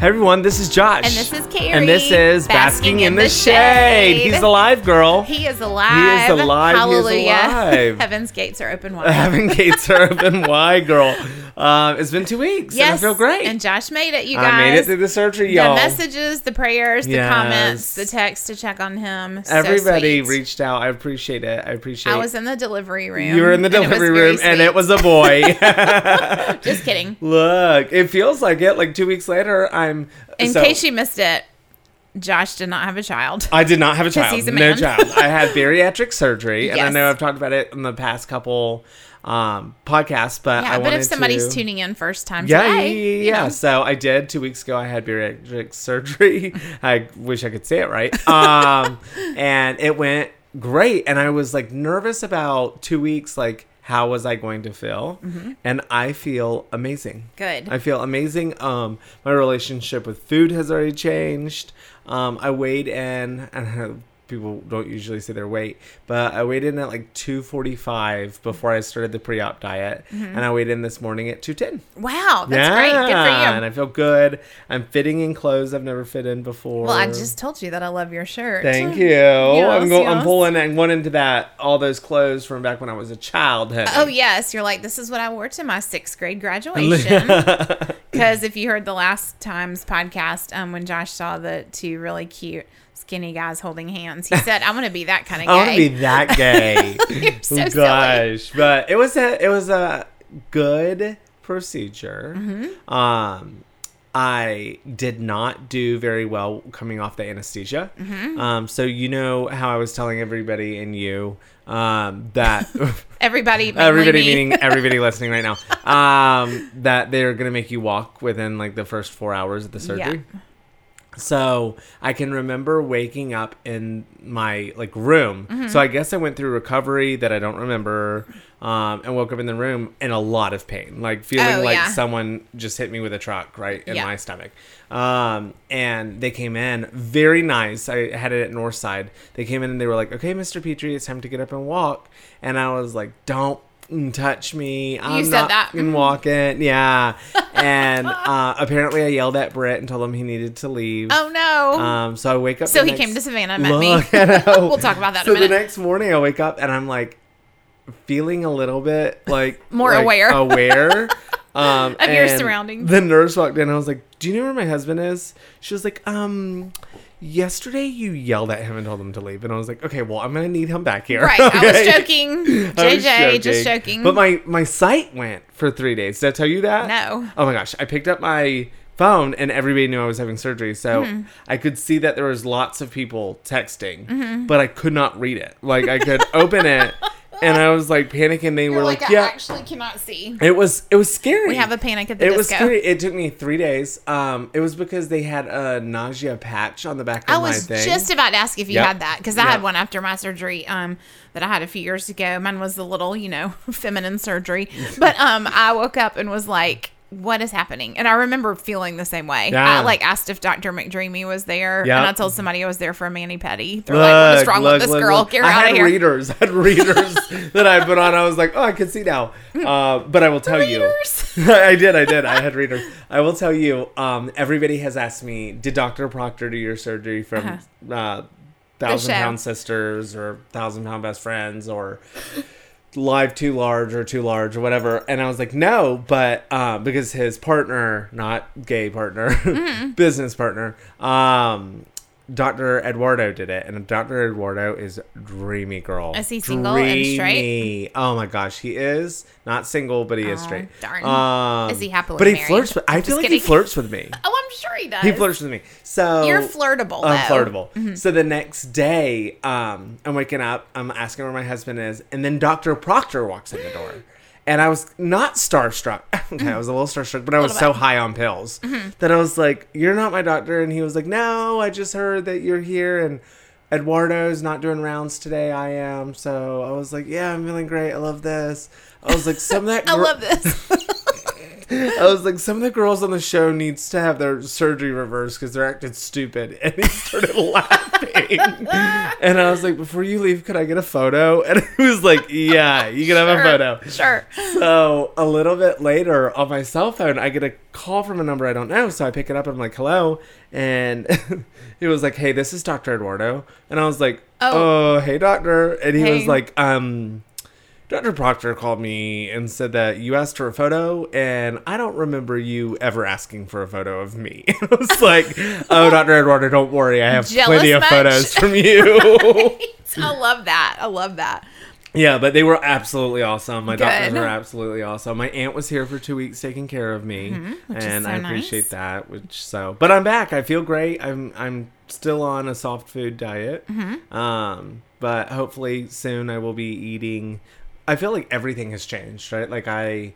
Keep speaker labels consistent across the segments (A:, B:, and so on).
A: Hey everyone, this is Josh.
B: And this is Carrie.
A: And this is Basking, in, the, shade. He's alive, girl.
B: He is alive.
A: He is alive. He is
B: Hallelujah.
A: alive.
B: Heaven's gates are open wide.
A: Having Kate's urban why, girl. Um, it's been two weeks.
B: yes.
A: And I feel great.
B: And Josh made it, you guys.
A: I made it through the surgery, y'all.
B: The messages, the prayers, the
A: Yes.
B: comments, the text to check on him. So
A: Everybody
B: sweet.
A: reached out. I appreciate it. I appreciate
B: I was in the delivery room.
A: You were in the
B: and it was
A: delivery
B: very
A: room and
B: sweet.
A: it was a boy.
B: Just kidding.
A: Look, it feels like it. Like two weeks later, I'm.
B: In
A: so- Oh,
B: case you missed it, Josh did not have a child.
A: I did not have a child.
B: he's a
A: No
B: man.
A: child. I had bariatric surgery, and I
B: Yes.
A: know I've talked about it in the past couple um, podcasts, but I
B: Yeah, but
A: wanted
B: if somebody's
A: to...
B: tuning in first time
A: Yeah,
B: today,
A: yeah, yeah,
B: you
A: yeah.
B: know,
A: So I did two weeks ago. I had bariatric surgery. I wish I could say it right. Um, and it went great. And I was like nervous about two weeks. Like, how was I going to feel? And I feel amazing.
B: Mm-hmm. Good.
A: I feel amazing. Um, my relationship with food has already changed. Um, I weighed in. And people don't usually say their weight, but I weighed in at like 245 before I started the pre-op diet,
B: Mm-hmm.
A: and I weighed in this morning at 210.
B: wow, that's great. Good for you.
A: Yeah, And I feel good. I'm fitting in clothes I've never fit in before.
B: Well, I just told you that I love your shirt.
A: Thank you. I'm going. I'm
B: yes.
A: pulling and going into that all those clothes from back when I was a child. honey.
B: Oh yes, you're like this is what I wore to my sixth grade graduation. Because if you heard the last time's podcast, um, when Josh saw the two really cute skinny guys holding hands, he said, "I want to be that kind of guy."
A: I want to be that gay.
B: You're so
A: Oh,
B: silly.
A: gosh, but it was a it was a good procedure.
B: Mm-hmm.
A: Um, I did not do very well coming off the anesthesia.
B: Mm-hmm.
A: Um, so you know how I was telling everybody and you um, that
B: Everybody,
A: everybody
B: mainly me.
A: meaning everybody listening right now um that they're gonna make you walk within like the first four hours of the surgery so i can remember waking up in my like room
B: Mm-hmm.
A: so i guess i went through recovery that i don't remember um and woke up in the room in a lot of pain like feeling
B: Oh,
A: like
B: yeah.
A: someone just hit me with a truck right in
B: Yeah.
A: my stomach um and they came in very nice i had it at northside they came in and they were like okay mr petrie it's time to get up and walk and i was like don't mm, touch me i'm
B: said
A: not
B: that. Mm.
A: fucking walking yeah and uh apparently i yelled at brett and told him he needed to leave
B: Oh no!
A: um so i wake up
B: so
A: the
B: he
A: next-
B: came to Savannah and met
A: Look,
B: me.
A: I know.
B: We'll talk about that
A: so
B: in a
A: the
B: minute.
A: next morning i wake up and i'm like feeling a little bit like
B: More
A: like,
B: aware.
A: aware um
B: Of your
A: and
B: surroundings.
A: the nurse walked in and i was like do you know where my husband is she was like um yesterday you yelled at him and told him to leave and i was like okay well i'm gonna need him back here
B: right, I was
A: Okay?
B: joking. JJ,
A: I was
B: just joking.
A: But my my site went for three days. Did I tell you that?
B: No.
A: Oh my gosh! I picked up my phone and everybody knew I was having surgery, so
B: Mm-hmm.
A: I could see that there was lots of people texting,
B: Mm-hmm.
A: but I could not read it. Like I could open it, and I was like panicking. They were
B: You're
A: like,
B: like, I
A: "Yeah."
B: actually cannot see.
A: It was it was scary.
B: We have a panic at the
A: It was
B: disco.
A: scary. It took me three days. Um, it was because they had a nausea patch on the back of
B: I
A: my
B: was
A: thing.
B: just about to ask if you
A: Yep.
B: had that because I
A: Yep.
B: had one after my surgery um, that I had a few years ago. Mine was the little, you know, feminine surgery. But um, I woke up and was like, what is happening? And I remember feeling the same way.
A: Yeah.
B: I like asked if Dr. McDreamy was there,
A: Yep.
B: and I told somebody I was there for a mani petty. They're like, "What is wrong
A: look,
B: with this
A: look,
B: girl?
A: look.
B: Get her
A: I
B: out
A: had
B: of here!"
A: readers. I had readers that I put on. I was like, oh, I can see now. Uh, but I will tell
B: Mm. Readers?
A: you. I did. I did. I had readers. I will tell you. Um, everybody has asked me, did Dr. Proctor do your surgery from uh Thousand
B: Uh-huh. show.
A: Pound Sisters or Thousand Pound Best Friends or live too large or too large or whatever and i was like no but uh, because his partner not gay partner
B: Mm.
A: business partner um dr eduardo did it and dr eduardo is dreamy girl
B: Is he single and straight?
A: Dreamy. oh my gosh he is not single but he is
B: Oh,
A: straight
B: darn.
A: um,
B: Is he happily
A: but he
B: married?
A: flirts with, i feel like he
B: kidding.
A: flirts with me
B: Oh, I'm sure he does.
A: he flirts with me so
B: You're flirtable.
A: I'm
B: though.
A: flirtable. So the next day, um, I'm waking up, I'm asking where my husband is, and then Dr. Proctor walks in the door. And I was not starstruck. okay, I was a little starstruck, but I was so
B: Little bit.
A: high on pills that I was like, You're not my doctor. And he was like, No, I just heard that you're here and Eduardo's not doing rounds today. I am. So I was like, Yeah, I'm feeling great. I love this. I was like, Some of that
B: I
A: gr-
B: love this.
A: I was like, some of the girls on the show needs to have their surgery reversed because they're acting stupid. And he started laughing. and I was like, before you leave, could I get a photo? And he was like, yeah, you can have a photo.
B: Sure.
A: So a little bit later on my cell phone, I get a call from a number I don't know. So I pick it up. I'm like, hello. And he was like, hey, this is Dr. Eduardo. And I was like,
B: Oh.
A: oh, hey, doctor. And he
B: Hey.
A: was like, um, Dr. Proctor called me and said that you asked for a photo, and I don't remember you ever asking for a photo of me. I was like, oh, Dr. Eduardo, don't worry. I have
B: Jealous
A: plenty of
B: much?
A: photos from you.
B: I love that. I love that.
A: yeah, but they were absolutely awesome. My doctors
B: Good.
A: were absolutely awesome. My aunt was here for two weeks taking care of me,
B: Mm-hmm, is
A: and
B: so
A: I
B: nice.
A: appreciate that. Which so, but I'm back. I feel great. I'm I'm still on a soft food diet,
B: Mm-hmm.
A: um, but hopefully soon I will be eating. I feel like everything has changed, right? Like I,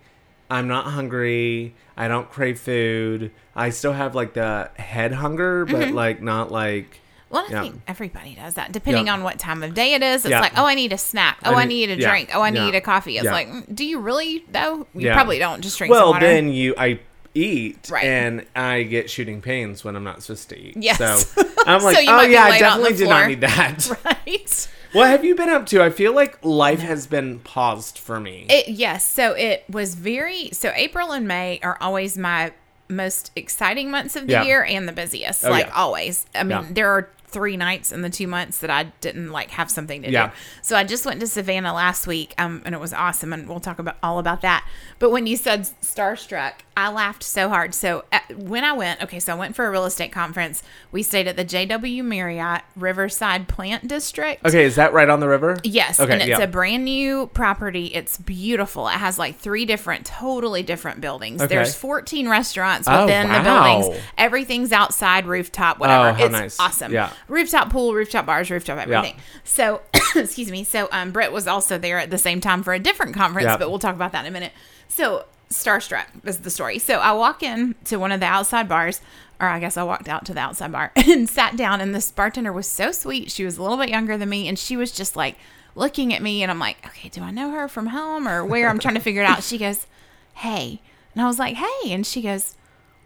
A: I'm not hungry. I don't crave food. I still have like the head hunger, but
B: Mm-hmm.
A: like not like
B: Well, I
A: Yeah.
B: think everybody does that, depending
A: Yeah.
B: on what time of day it is. It's
A: Yeah.
B: like, oh, I need a snack. Oh, I,
A: I
B: need,
A: need-
B: a
A: yeah.
B: drink. Oh, I
A: Yeah.
B: need a coffee. It's
A: Yeah.
B: like, mm, do you really though? You
A: Yeah.
B: probably don't. Just drink some
A: well
B: water.
A: then you i eat
B: Right.
A: and i get shooting pains when i'm not supposed to eat
B: Yes.
A: so i'm
B: So
A: like
B: you
A: oh
B: might be
A: yeah i
B: laid out on the
A: definitely do not
B: floor."
A: need that
B: right.
A: what have you been up to i feel like life has been paused for me
B: It, yes. So it was very. So April and May are always my most exciting months of the
A: Yeah.
B: year and the busiest.
A: Oh,
B: like
A: yeah.
B: always. I mean,
A: Yeah.
B: there are three nights in the two months that I didn't like have something to
A: Yeah.
B: do. So I just went to Savannah last week, um, and it was awesome. And we'll talk about all about that. But when you said starstruck, I laughed so hard. So uh when I went, okay, so I went for a real estate conference. We stayed at the JW Marriott Riverside Plant District.
A: okay is that right on the river
B: Yes,
A: okay
B: and it's
A: yeah.
B: a brand new property. It's beautiful. It has like three different, totally different buildings.
A: Okay.
B: There's 14 restaurants
A: Oh,
B: within
A: wow.
B: the buildings. Everything's outside, rooftop, whatever.
A: Oh, how
B: it's
A: nice.
B: awesome.
A: Yeah.
B: Rooftop pool, rooftop bars, rooftop everything. So, excuse me. So, um, Brett was also there at the same time for a different conference,
A: Yeah.
B: but we'll talk about that in a minute. So, Starstruck is the story. So, I walk in to one of the outside bars. Or I guess I walked out to the outside bar and sat down, and this bartender was so sweet. She was a little bit younger than me, and she was just like looking at me, and I'm like, okay, do I know her from home or where? I'm trying to figure it out. She goes, hey, and I was like, hey, and she goes,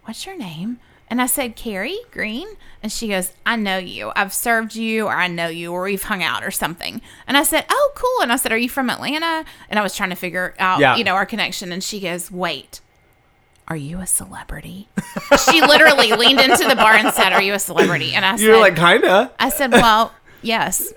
B: what's your name? And I said, Carrie Green. And she goes, I know you. I've served you, or I know you, or we've hung out, or something. And I said, Oh, cool. And I said, Are you from Atlanta? And I was trying to figure out,
A: Yeah.
B: you know, our connection. And she goes, Wait, are you a celebrity? she literally leaned into the bar and said, Are you a celebrity? And I
A: you're
B: said,
A: like kinda
B: I said, well, yes.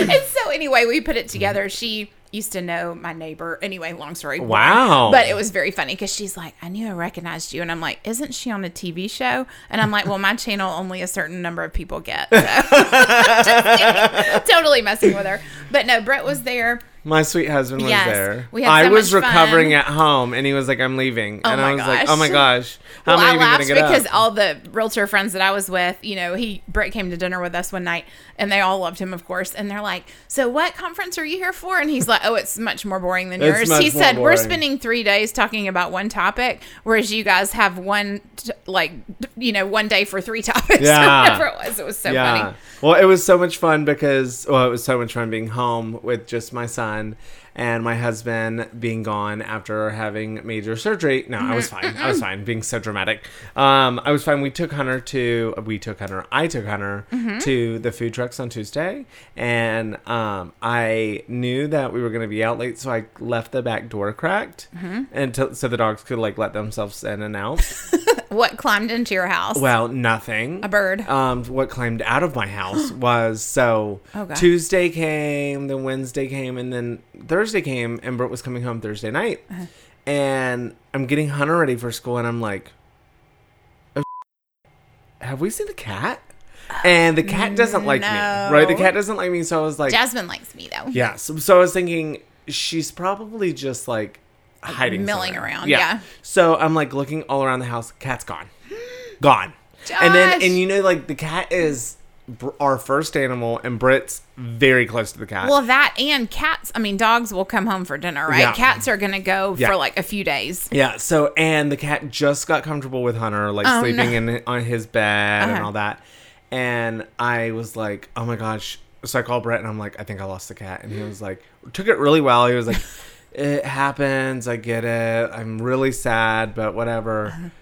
B: and so anyway, we put it together. She used to know my neighbor. Anyway, long story. boring.
A: Wow.
B: But it was very funny because she's like, I knew I recognized you. And I'm like, isn't she on a TV show? And I'm like, well, my channel only a certain number of people get. So. Just totally messing with her. But no, Brett was there.
A: my sweet husband was
B: Yes.
A: there
B: We had
A: i
B: so
A: was
B: much
A: recovering
B: fun.
A: at home and he was like i'm leaving and
B: my
A: i was like oh
B: gosh.
A: my gosh how
B: Well,
A: am I
B: I
A: even gonna
B: laughed
A: get
B: because
A: up
B: all the realtor friends that I was with, you know, he Brett came to dinner with us one night, and they all loved him, of course. And they're like, "So, what conference are you here for?" And he's like, "Oh, it's much more boring than
A: It's
B: yours."
A: much
B: He
A: more
B: said, "We're
A: boring."
B: spending three days talking about one topic, whereas you guys have one, t- like, you know, one day for three topics."
A: Yeah.
B: whatever it was, it was so funny.
A: Well, it was so much fun because well, it was so much fun being home with just my son and my husband being gone after having major surgery. No, I
B: Mm-hmm.
A: was fine. I was fine. Being so dramatic, um, I was fine. We took Hunter to we took Hunter. I took Hunter
B: Mm-hmm.
A: to the food trucks on Tuesday, and um, I knew that we were going to be out late, so I left the back door cracked,
B: Mm-hmm.
A: and to, so the dogs could like let themselves in and out.
B: What climbed into your house?
A: Well, nothing.
B: A bird.
A: Um, what climbed out of my house was so
B: Oh, God.
A: Tuesday came, then Wednesday came, and then Thursday came, and Britt was coming home Thursday night,
B: Uh-huh.
A: and I'm getting Hunter ready for school, and I'm like, oh, have we seen the cat? And the cat doesn't like me, right? The
B: No.
A: cat doesn't like me, so I was like,
B: Jasmine likes me though.
A: yeah. So, so I was thinking she's probably just like hiding,
B: milling
A: somewhere.
B: around, yeah.
A: So I'm like looking all around the house. Cat's gone, gone. And then
B: Josh!
A: and you know like the cat is br- our first animal, and Britt's very close to the cat.
B: Well, that and cats. I mean, dogs will come home for dinner, right?
A: Yeah.
B: Cats are going to go
A: Yeah.
B: for like a few days.
A: Yeah. So, and the cat just got comfortable with Hunter, like
B: Oh,
A: sleeping
B: no.
A: in on his bed and
B: Uh-huh.
A: all that. And I was like, oh my gosh. So I called Brett and I'm like, I think I lost the cat. And he was like, took it really well. He was like, it happens. I get it. I'm really sad, but whatever.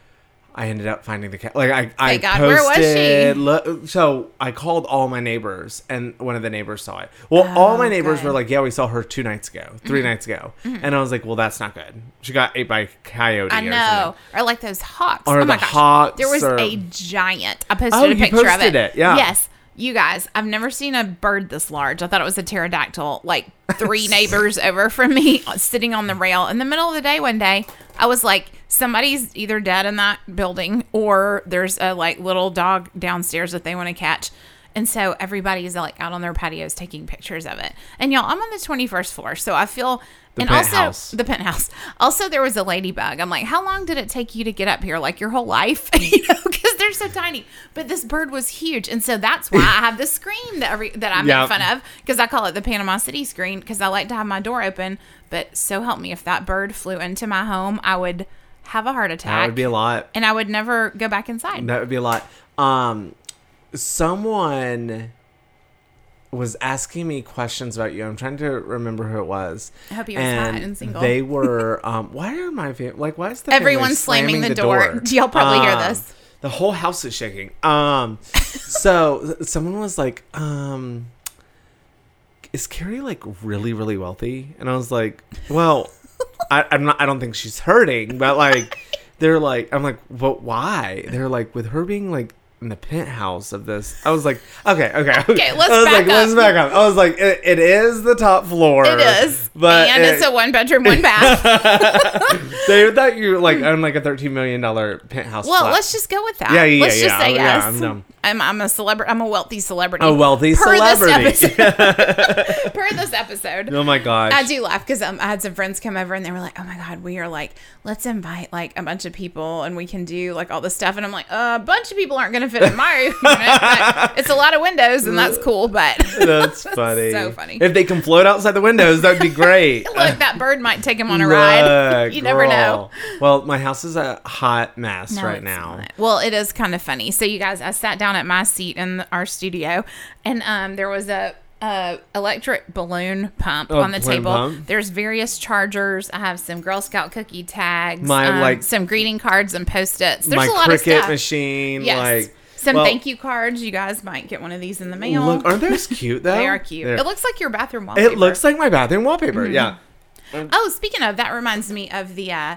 A: I ended up finding the cat. Like I, I
B: Uh-huh. Thank God. Where was she?
A: posted. lo- so I called all my neighbors, and one of the neighbors saw it. Well, all my neighbors
B: Oh, good. Mm-hmm.
A: were like, "Yeah, we saw her two nights ago, 3 nights ago," and I was like, "Well, that's not good. She got ate by a coyote."
B: I
A: or
B: know.
A: something."
B: Or like those hawks.
A: Or
B: oh my
A: the
B: gosh.
A: hawks
B: There was
A: or-
B: a giant. I posted
A: Oh,
B: a
A: you
B: picture of
A: posted
B: it.
A: it, yeah.
B: Yes. You guys, I've never seen a bird this large. I thought it was a pterodactyl, like three neighbors over from me sitting on the rail in the middle of the day one day. I was like, somebody's either dead in that building or there's a like little dog downstairs that they want to catch. And so everybody's like out on their patios taking pictures of it. And y'all, I'm on the 21st floor, so I feel and
A: penthouse.
B: also the penthouse. Also, there was a ladybug. I'm like, how long did it take you to get up here? Like your whole life, you know, because they're so tiny. But this bird was huge, and so that's why I have the screen that every, that I make
A: Yep.
B: fun of because I call it the Panama City screen because I like to have my door open. But so help me, if that bird flew into my home, I would have a heart attack.
A: That would be a lot.
B: and I would never go back inside.
A: That would be a lot. Um, someone was asking me questions about you. I'm trying to remember who it was.
B: I hope he was hot and single.
A: They were. Um, why are my fam- like? Why is the
B: Everyone's
A: family
B: slamming the door.
A: door?
B: Y'all probably hear
A: Um,
B: this.
A: The whole house is shaking. Um, so th- someone was like, um, "Is Carrie like really, really wealthy?" And I was like, "Well, I, I'm not. I don't think she's hurting, but like, they're like, I'm like, but why? They're like, with her being like." In the penthouse of this, I was like, okay, okay, okay.
B: let's
A: I was
B: back
A: like,
B: up.
A: let's back up. I was like, it, it is the top floor.
B: It is,
A: but eh,
B: and
A: it-
B: it's a one bedroom, one bath.
A: they thought you like owned like a thirteen million dollar penthouse.
B: Well,
A: flat.
B: let's just go with that.
A: Yeah, yeah,
B: Let's
A: yeah,
B: just
A: yeah.
B: say
A: Yeah,
B: yes.
A: I'm dumb.
B: I'm, I'm a celebrity. I'm a wealthy celebrity.
A: a wealthy
B: per this
A: celebrity.
B: episode- per this episode.
A: oh my gosh!
B: I do laugh because um, I had some friends come over and they were like, "Oh my god, we are like, let's invite like a bunch of people and we can do like all this stuff." And I'm like, "A bunch of people aren't going to fit in my room. but it's a lot of windows, and that's cool, but."
A: That's funny.
B: So funny.
A: If they can float outside the windows, that'd be great.
B: Look, that bird might take him on a ride.
A: Look,
B: you never know.
A: girl. Well, my house is a hot mess
B: No,
A: right
B: it's
A: now.
B: not. Well, it is kind of funny. So you guys, I sat down at my seat in the- our studio, and um, there was a. Uh, electric balloon pump on the
A: Oh, balloon
B: table.
A: pump.
B: There's various chargers. I have some Girl Scout cookie tags,
A: My,
B: um,
A: like-
B: some greeting cards and post its. There's
A: My
B: a lot of
A: cricket
B: stuff.
A: machine,
B: yes,
A: like
B: some
A: well,
B: thank you cards. You guys might get one of these in the mail.
A: Look, aren't those cute though?
B: they are cute.
A: They're-
B: It looks Mm-hmm. like your bathroom wallpaper.
A: It looks like my bathroom wallpaper. Yeah.
B: Oh, speaking of, that reminds me of the uh,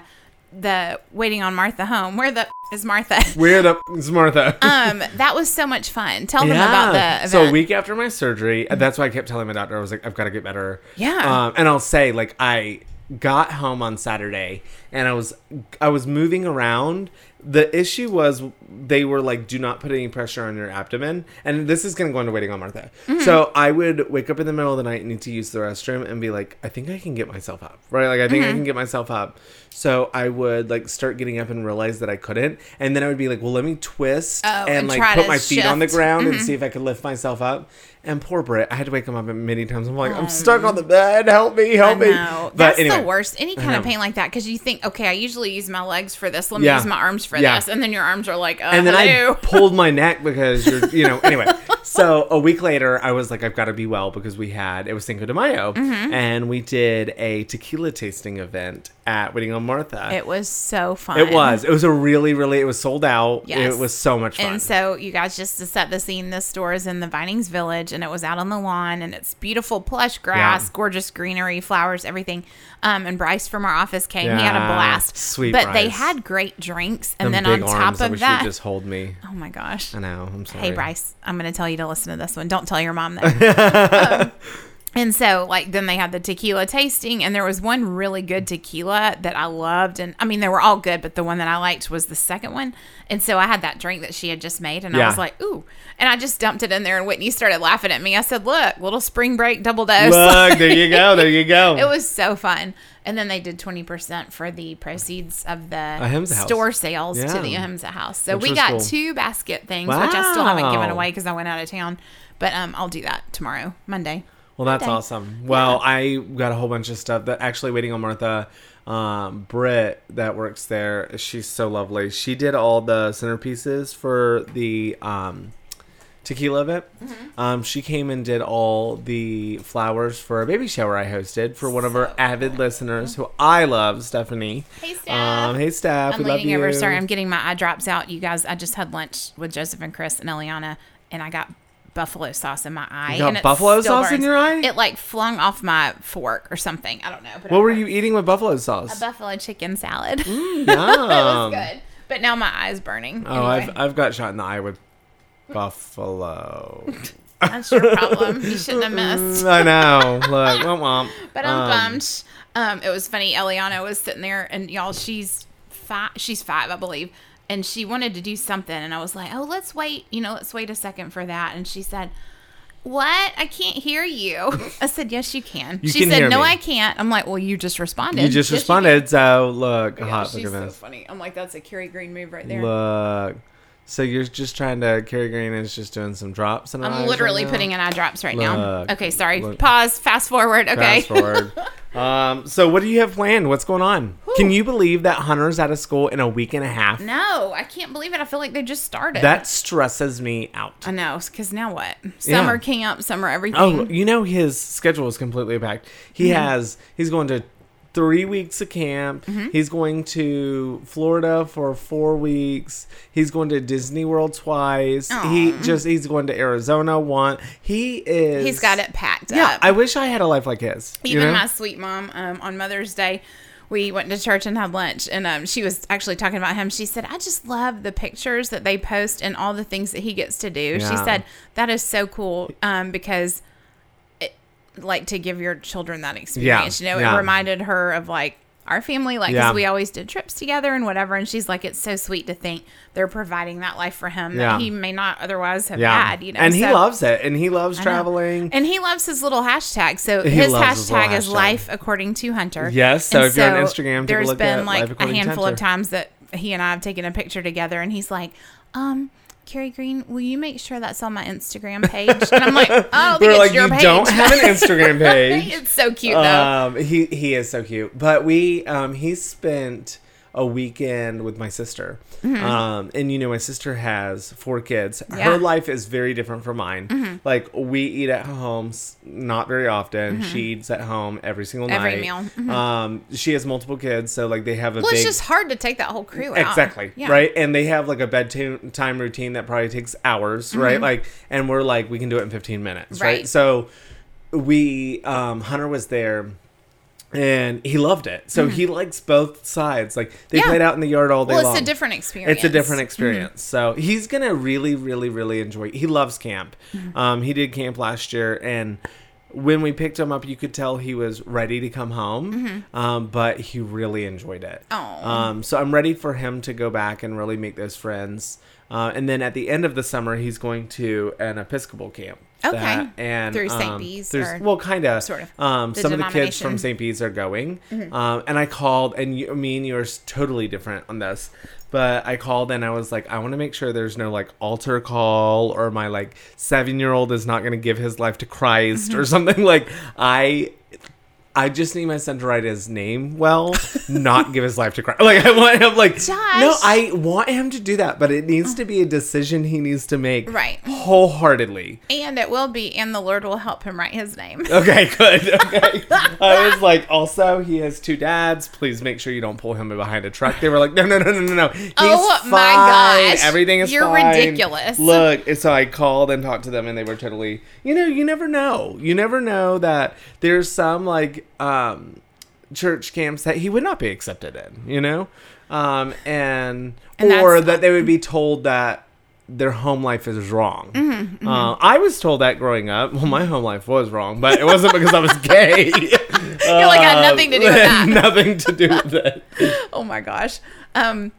B: the waiting on Martha home. Where the f- is Martha?
A: Weird uh, up, it's Martha.
B: um, that was so much fun. Tell them about the event.
A: So a week after my surgery, and that's why I kept telling my doctor I was like, I've got to get better.
B: Yeah.
A: Um, and I'll say like I got home on Saturday and I was I was moving around. The issue was they were like, do not put any pressure on your abdomen. And this is gonna go into waiting on Martha.
B: Mm-hmm.
A: So I would wake up in the middle of the night and need to use the restroom and be like, I think I can get myself up. Right? Like I think
B: Mm-hmm.
A: I can get myself up. So I would like start getting up and realize that I couldn't. And then I would be like, well let me twist
B: Oh,
A: and,
B: and try
A: like
B: to
A: put my feet on the
B: shift.
A: ground and see if I could lift myself up. And poor Britt, I had to wake him up many times. I'm like, I'm stuck on the bed. Help me, help me.
B: No,
A: But
B: Um, that's
A: anyway,
B: the worst. Any kind of
A: know.
B: pain like that, because you think, okay, I usually use my legs for this. Let me
A: Yeah.
B: use my arms for
A: Yeah.
B: this, and then your arms are like, uh,
A: And then I
B: hello.
A: pulled my neck because you're, you know, anyway. So a week later, I was like, I've got to be well because we had, it was Cinco de Mayo,
B: Mm-hmm.
A: and we did a tequila tasting event at Waiting on Martha.
B: it was so fun.
A: It was. It was a really, really, it was sold out.
B: Yes.
A: It was so much fun.
B: And so, you guys, just to set the scene, this store is in the Vinings Village, and it was out on the lawn, and it's beautiful plush grass,
A: Yeah.
B: gorgeous greenery, flowers, everything. Um, and Bryce from our office came; he had a
A: Yeah,
B: blast.
A: sweet
B: but they
A: Bryce.
B: had great drinks, and
A: Them
B: then on
A: big
B: top
A: arms, I
B: of
A: wish
B: that,
A: you'd just hold me.
B: oh my gosh,
A: I know. I'm sorry.
B: Hey Bryce, I'm gonna tell you to listen to this one. Don't tell your mom that. Um, and so, like, then they had the tequila tasting, and there was one really good tequila that I loved, and I mean, they were all good, but the one that I liked was the second one. And so I had that drink that she had just made, and I
A: Yeah.
B: was like, ooh, and I just dumped it in there, and Whitney started laughing at me. I said, look, little spring break double dose.
A: Look, there you go. There you go.
B: It was so fun. And then they did 20% for the proceeds of the
A: Ahimsa House.
B: store sales to
A: Yeah.
B: the Ahimsa house. So
A: Which
B: we
A: was
B: got
A: cool.
B: two basket things, which I still haven't given
A: Wow.
B: away because I went out of town. But um, I'll do that tomorrow, Monday.
A: Well, that's
B: Monday.
A: awesome. Well, I got a whole bunch of stuff that actually waiting on Martha. Um, Britt that works there, she's so lovely. She did all the centerpieces for the um, tequila event.
B: Mm-hmm.
A: Um, she came and did all the flowers for a baby shower I hosted for one of our avid listeners who I love, Stephanie.
B: Hey, Steph.
A: Um, hey, Steph.
B: I'm
A: we love
B: leaning
A: you.
B: over. Sorry, I'm getting my eye drops out. You guys, I just had lunch with Joseph and Chris and Eliana, and I got buffalo sauce in my eye.
A: got
B: and it
A: buffalo
B: still
A: sauce in
B: burns.
A: your eye?
B: It like flung off my fork or something. I don't know. But it
A: what were
B: burnt.
A: you eating with buffalo
B: A
A: sauce?
B: buffalo chicken salad.
A: Yum.
B: it was good, but now my eye's burning.
A: Oh, I've,
B: Anyway,
A: I've got shot in the eye with buffalo.
B: that's your problem. You shouldn't have missed.
A: Mm, I know. Look, womp womp.
B: But I'm
A: Um,
B: bummed. Um, it was funny. Eliana was sitting there, and y'all, she's five. She's five, I believe, and she wanted to do something, and I was like, "Oh, let's wait. You know, let's wait a second for that." And she said. What? I can't hear you. I said, Yes, you can.
A: You
B: she
A: can
B: said,
A: hear
B: No,
A: me."
B: I can't. I'm like, Well, you just responded.
A: You just
B: Yes,
A: responded, so look,
B: can."
A: hot
B: she's
A: look at
B: so
A: this.
B: funny. I'm like, That's a Carrie Green move right there.
A: Look. So you're just trying to Carrie Green is just doing some drops and
B: I'm literally putting in eye drops right now.
A: Look,
B: Okay, sorry.
A: look.
B: Pause. Fast forward. Okay.
A: Fast forward. um, so what do you have planned? What's going on? Can you believe that Hunter's out of school in a week and a half?
B: no, I can't believe it. I feel like they just started.
A: That stresses me out.
B: I know, because now what?
A: Yeah.
B: Summer camp, summer everything.
A: Oh, you know his schedule is completely packed. He
B: Mm-hmm.
A: has he's going to three weeks of camp.
B: Mm-hmm.
A: He's going to Florida for four weeks. He's going to Disney World twice. He just he's going to Arizona one. He is
B: He's got it packed
A: Yeah,
B: up.
A: I wish I had a life like his. you know?
B: Even my sweet mom um, on Mother's Day, we went to church and had lunch, and um, she was actually talking about him. She said, "I just love the pictures that they post and all the things that he gets to do." She
A: Yeah.
B: said, "That is so cool um, because, it, like, to give your children that experience, you know,
A: yeah.
B: it reminded her of like." Our family, like, 'cause
A: Yeah.
B: we always did trips together and whatever. And she's like, it's so sweet to think they're providing that life for him
A: Yeah.
B: that he may not otherwise have
A: yeah.
B: had, you know.
A: and he
B: So-
A: loves it. And he loves
B: I know.
A: traveling.
B: And he loves his little hashtag. So his
A: loves his
B: hashtag
A: little
B: is
A: hashtag.
B: life according to Hunter.
A: Yes, so if you're on Instagram, take a
B: there's
A: look
B: been
A: at Life
B: like a
A: According to
B: handful of
A: Hunter.
B: times that he and I have taken a picture together, and he's like, um. Carrie Green, will you make sure that's on my Instagram page? And I'm like, oh, I don't think
A: We're
B: it's
A: like,
B: your
A: you
B: page.
A: don't have an Instagram page.
B: it's so cute though.
A: Um, he he is so cute. But we um, he spent a weekend with my sister. Um, and you know my sister has four kids.
B: Mm-hmm. Yeah. Mm-hmm.
A: Her life is very different from mine. Like we eat at home s- not very often. She eats at home every single
B: Mm-hmm. Every
A: night.
B: meal. Mm-hmm.
A: Um, she has multiple kids, so like they have a
B: well,
A: big
B: it's just hard to take that whole crew out.
A: Exactly.
B: Yeah.
A: Right. And they have like a bedtime time routine that probably takes hours, right? Like, and we're like, we can do it in 15 minutes, right?
B: Mm-hmm. Right.
A: So we, um, Hunter was there and he loved it. So he likes both sides. Like, they
B: Mm-hmm. Yeah.
A: played out in the yard all day
B: Well, it's
A: long.
B: a different experience. Mm-hmm.
A: It's a different experience. So he's gonna really, really, really enjoy. He loves camp.
B: Mm-hmm.
A: Um, he did camp last year, and when we picked him up, you could tell he was ready to come home. Um, but he really enjoyed it.
B: Mm-hmm. Aw.
A: Um, so I'm ready for him to go back and really make those friends. Uh, and then at the end of the summer, he's going to an Episcopal camp.
B: Okay.
A: and
B: Through St.
A: um,
B: Bees
A: there's-
B: or-
A: well, kind of,
B: Sort of.
A: Um,
B: The
A: some of the kids from
B: denomination. Mm-hmm.
A: St. Bees are going, um, and I called, and you, me and yours totally different on this, but I called and I was like, I want to make sure there's no like altar call or my like seven year old is not going to give his life to Christ
B: Mm-hmm.
A: or something like I. I just need my son to write his name well, not give his life to Christ. Like I want him, like no,
B: Josh. Uh-huh.
A: I want him to do that, but it needs to be a decision he needs to make,
B: Right.
A: wholeheartedly.
B: And it will be, and the Lord will help him write his name.
A: Okay, good. Okay. I was like, also, he has two dads. Please make sure you don't pull him behind a truck. They were like, no, no, no, no, no, no. He's
B: Oh my
A: fine.
B: gosh.
A: Everything is
B: You're
A: fine.
B: ridiculous.
A: Look, and so I called and talked to them, and they were totally, you know, you never know. You never know that there's some like um, church camps that he would not be accepted in, you know? Um, and,
B: And
A: or
B: that's-
A: that they would be told that their home life is wrong.
B: Mm-hmm,
A: Uh, I was told that growing up. Well, my home life was wrong, but it wasn't because I was gay. You're
B: like, "I had nothing to do with that."
A: nothing to do with it.
B: oh my gosh. Um,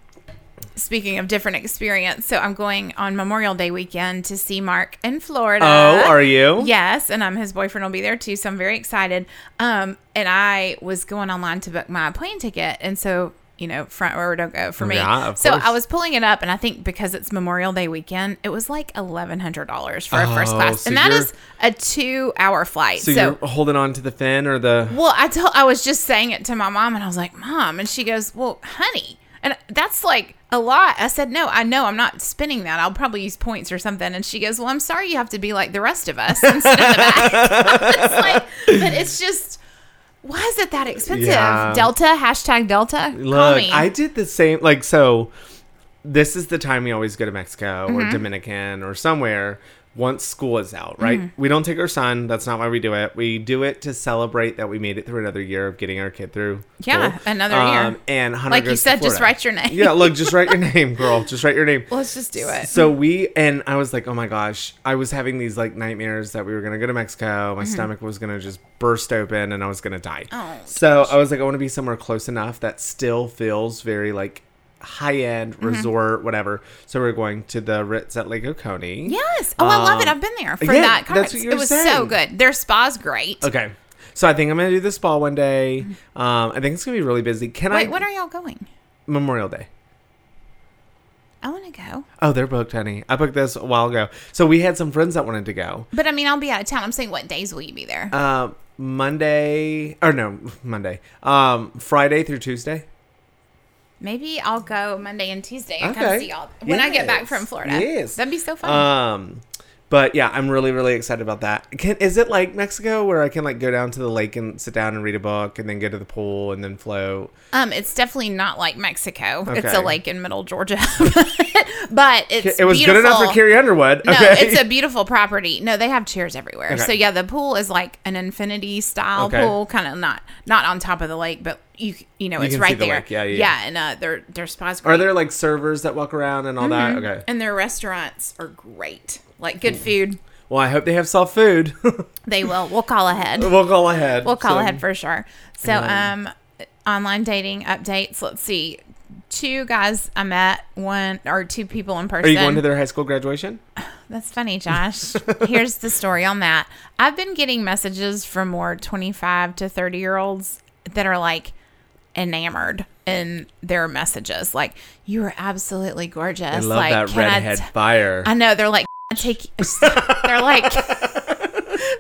B: speaking of different experience, so I'm going on Memorial Day weekend to see Mark in Florida.
A: Oh, are you?
B: Yes, and um, his boyfriend will be there too, so I'm very excited. Um, and I was going online to book my plane ticket, and so you know, front row don't go for me.
A: Yeah, of
B: so
A: course.
B: I was pulling it up, and I think because it's Memorial Day weekend, it was like eleven hundred dollars for a first
A: Oh,
B: class,
A: so
B: and that
A: you're-
B: is a two-hour flight.
A: So,
B: so
A: you're holding on to the fin or the.
B: well, I told I was just saying it to my mom, and I was like, "Mom," and she goes, "Well, honey," And that's like a lot. I said, no, I know I'm not spinning that. I'll probably use points or something. And she goes, well, I'm sorry you have to be like the rest of us instead of that. it's like, but it's just, why is it that expensive?
A: Yeah.
B: Delta, hashtag Delta. Call
A: Look,
B: me.
A: I did the same. Like, so this is the time we always go to Mexico or
B: Mm-hmm.
A: Dominican or somewhere once school is out, right?
B: Mm-hmm.
A: We don't take our son. That's not why we do it. We do it to celebrate that we made it through another year of getting our kid through. Um,
B: Yeah, another year.
A: And Hunter
B: Like you
A: goes to
B: said, just
A: Florida.
B: write your name.
A: Yeah, look, just write your name, girl. Just write your name.
B: Let's just do it.
A: So we and I was like, oh my gosh, I was having these like nightmares that we were gonna go to Mexico. My stomach was gonna just burst open and I was gonna die.
B: Mm-hmm. Oh,
A: so I was like, I want to be somewhere close enough that still feels very like high
B: Mm-hmm.
A: end resort, whatever. So we're going to the Ritz at Lake Oconee.
B: Yes. Oh, I love it.
A: Um,
B: I've been there for
A: yeah,
B: that
A: that's
B: conference.
A: what you
B: It
A: were
B: was so
A: saying.
B: good. Their spa's great.
A: Okay. So I think I'm gonna do the spa one day. Um, I think it's gonna be really busy. Can
B: Mm-hmm. Wait,
A: I?
B: when are y'all going?
A: Memorial Day.
B: I want to go.
A: Oh, they're booked, honey. I booked this a while ago. So we had some friends that wanted to go.
B: But I mean, I'll be out of town. I'm saying, what days will you be there?
A: Uh, Monday or no Monday, um, Friday through Tuesday.
B: Maybe I'll go Monday and Tuesday and come see y'all when I get back
A: Yes.
B: from Florida.
A: Yes,
B: That'd be so fun.
A: Um, but yeah, I'm really really excited about that. Can is it like Mexico where I can like go down to the lake and sit down and read a book and then go to the pool and then float?
B: um, it's definitely not like Mexico. It's
A: Okay.
B: a lake in middle Georgia. but it's
A: It was
B: beautiful.
A: good enough for Carrie Underwood.
B: No,
A: okay.
B: it's a beautiful property. No, they have chairs everywhere.
A: Okay.
B: So yeah, the pool is like an infinity style
A: Okay.
B: pool, kind of not not on top of the lake, but you you know it's
A: can see
B: right
A: the
B: there.
A: lake. Yeah, yeah,
B: yeah. And uh, their their spa's great.
A: Are there like servers that walk around and all that? Okay.
B: and their restaurants are great. Like
A: Mm.
B: good food.
A: Well, I hope they have soft food.
B: They will. We'll call ahead.
A: we'll call ahead.
B: We'll call
A: So-
B: ahead for sure. So, um, online dating updates. Let's see. Two guys I met, one or two people in person.
A: Are you going to their high school graduation?
B: That's funny, Josh. Here's the story on that. I've been getting messages from more 25 to 30 year olds that are like enamored in their messages. Like, you are absolutely gorgeous.
A: I love
B: like,
A: that redhead
B: I, t-
A: fire.
B: I know. They're like, "Can I take you. They're like,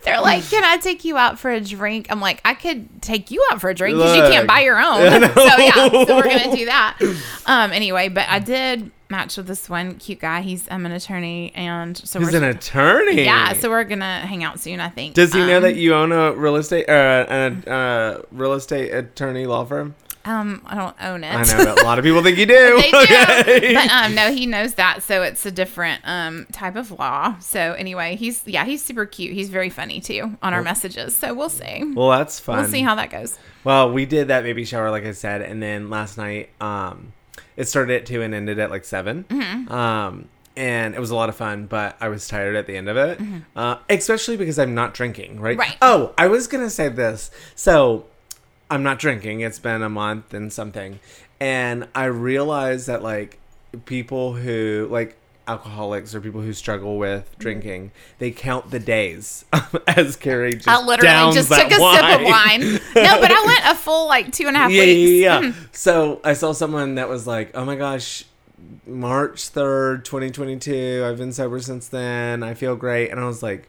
B: they're like, can I take you out for a drink? I'm like, I could take you out for a drink because you can't
A: Look.
B: buy your own. so yeah, so we're gonna do that. Um, anyway, but I did match with this one cute guy. He's I'm an attorney, and so
A: He's
B: we're
A: an attorney.
B: yeah, so we're gonna hang out soon. I think.
A: Does he know
B: Um,
A: that you own a real estate uh, an uh, real estate attorney law firm?
B: Um, I don't own it.
A: I know, but a lot of people think you do.
B: they do.
A: Okay.
B: But um, no, he knows that, so it's a different um type of law. So anyway, he's yeah, he's super cute. He's very funny too on our messages. So we'll see.
A: well, that's fun.
B: We'll see how that goes.
A: well, we did that baby shower, like I said, and then last night, um, it started at two and ended at like 7
B: Mm-hmm.
A: Um, and it was a lot of fun, but I was tired at the end of it, uh, especially because I'm not drinking. Right.
B: Mm-hmm. Right.
A: Oh, I was gonna say this. So I'm not drinking. It's been a month and something. And I realized that like people who like alcoholics or people who struggle with
B: Mm-hmm.
A: drinking, they count the days as Carrie just
B: I literally
A: downs
B: just
A: that
B: took a sip of wine. No, but I went a full like two and a half
A: yeah,
B: weeks.
A: yeah, yeah. so I saw someone that was like, "Oh my gosh, March third, twenty twenty two. I've been sober since then. I feel great." And I was like,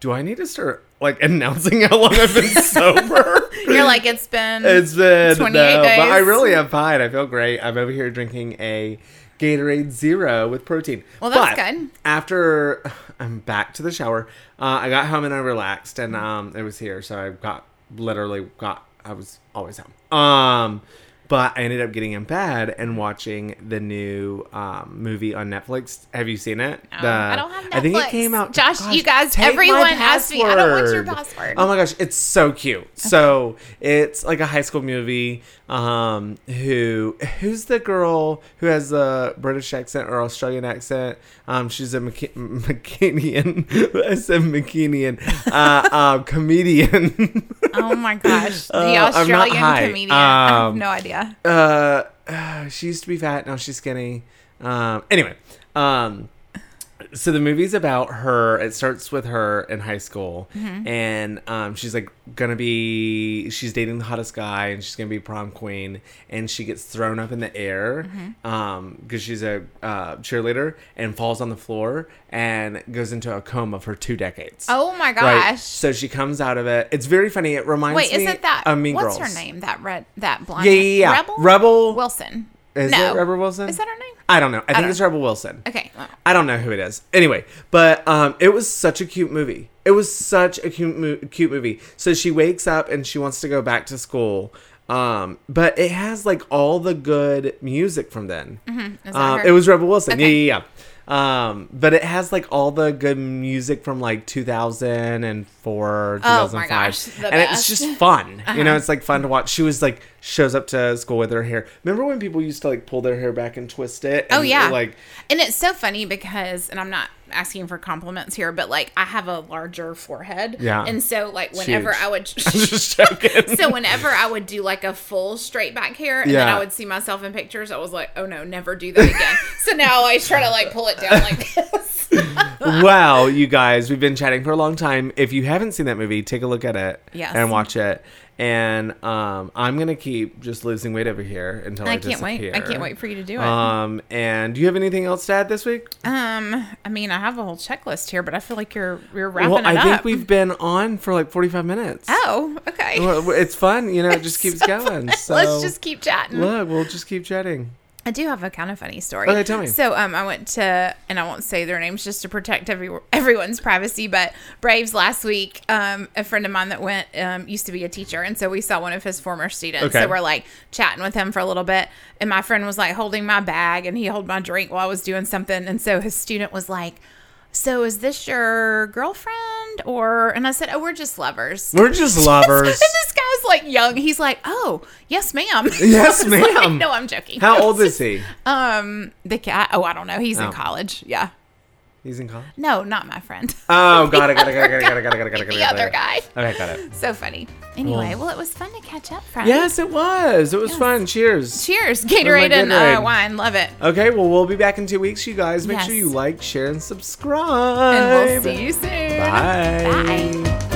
A: "Do I need to start like announcing how long I've been sober?"
B: You're like, it's been.
A: It's been
B: 28
A: no, but I
B: days.
A: really am fine. I feel great. I'm over here drinking a Gatorade Zero with protein.
B: Well, that's
A: But
B: good.
A: After I'm back to the shower, uh, I got home and I relaxed, and um, it was here, so I got literally got. I was always home. Um, but I ended up getting in bed and watching the new um, movie on Netflix. Have you seen it?
B: No,
A: The-
B: I don't have
A: I think
B: Netflix.
A: it came out.
B: Josh, you guys-
A: take my
B: everyone asked me, "I don't want your password."
A: Oh my gosh, it's so cute. So it's like a high school movie. Um, who who's the girl who has a British accent or Australian accent? Um, she's a McK- McKinney. I said McKinnian. Uh, uh, comedian.
B: oh my gosh, the
A: Uh, I'm not
B: Australian
A: high.
B: comedian. I have
A: Um,
B: no idea.
A: uh, uh, she used to be fat. Now she's skinny. Um, anyway, um, so the movie's about her. It starts with her in high school,
B: Mm-hmm.
A: and um, she's like gonna be. She's dating the hottest guy, and she's gonna be prom queen. And she gets thrown up in the air
B: Mm-hmm.
A: because she's a uh, cheerleader and falls on the floor and goes into a coma for two decades.
B: Oh my
A: Right.
B: gosh.
A: So she comes out of it. It's very funny. It reminds
B: Wait,
A: me
B: isn't that
A: of Mean
B: what's
A: Girls.
B: her name? That red, that blonde.
A: Yeah, yeah, yeah.
B: Rebel
A: Rebel
B: Wilson.
A: Is
B: No.
A: it Rebel Wilson?
B: Is that her name?
A: I don't know. I, think
B: don't
A: it's Rebel Wilson.
B: Okay. well,
A: I don't know who it is. Anyway, but um, it was such a cute movie. It was such a cute, mo- cute movie. So she wakes up and she wants to go back to school. Um, but it has like all the good music from then.
B: Mm-hmm. is that
A: Um,
B: her?
A: it was Rebel Wilson.
B: Okay.
A: Yeah, yeah, yeah. Um, but it has like all the good music from like 2004,
B: Oh
A: 2005.
B: my gosh, the
A: and it's
B: best. Uh-huh.
A: just fun. You know, it's like fun to watch. She was like, shows up to school with her hair. Remember when people used to like pull their hair back and twist it?
B: Oh
A: And,
B: yeah.
A: Like,
B: and it's so funny because and I'm not asking for compliments here, but like I have a larger forehead.
A: Yeah.
B: And so like whenever
A: huge.
B: I would
A: just joking.
B: So whenever I would do like a full straight back hair and then
A: Yeah.
B: I would see myself in pictures, I was like, oh no, never do that again. so now I always try to like pull it down like this. uh,
A: wow, you guys, we've been chatting for a long time. If you haven't seen that movie, take a look at it
B: Yes.
A: and watch it. And um, I'm gonna keep just losing weight over here until I,
B: I can't wait. I can't wait for you to do it.
A: Um, and do you have anything else to add this week?
B: um, I mean, I have a whole checklist here, but I feel like you're you're wrapping
A: well,
B: it
A: I
B: up.
A: think we've been on for like 45 minutes.
B: Oh, okay.
A: Well, it's fun, you know. It just keeps
B: So
A: going. So
B: Let's just keep chatting.
A: look. We'll just keep chatting.
B: I do have a kind of funny story.
A: Okay, tell me.
B: So, um, I went to, and I won't say their names just to protect every, everyone's privacy, but Braves last week, um, a friend of mine that went um, used to be a teacher. And so we saw one of his former students.
A: Okay.
B: So we're like chatting with him for a little bit. And my friend was like holding my bag and he held my drink while I was doing something. And so his student was like, So is this your girlfriend? Or, and I said, Oh, we're just lovers.
A: We're just lovers.
B: And this guy's like young. He's like, "Oh, yes, ma'am."
A: Yes,
B: I was like,
A: ma'am.
B: no, I'm joking.
A: How old is he?
B: Um, the cat. Oh, I don't know. He's
A: Oh.
B: in college. Yeah.
A: He's in college.
B: No, not my friend.
A: Oh, got it, got it, got it, got it, got it, got it, got it, got it.
B: The
A: got it,
B: other
A: got
B: guy.
A: it. Okay, got it.
B: So funny.
A: Oh.
B: Anyway, well, it was fun to catch up from.
A: Yes, it was. It was fun. Cheers.
B: Cheers, Gatorade and uh,
A: Gatorade?
B: wine. Love it.
A: Okay, well, we'll be back in two weeks, you guys. Make
B: Yes.
A: sure you like, share, and subscribe.
B: And we'll see you soon.
A: Bye.
B: Bye.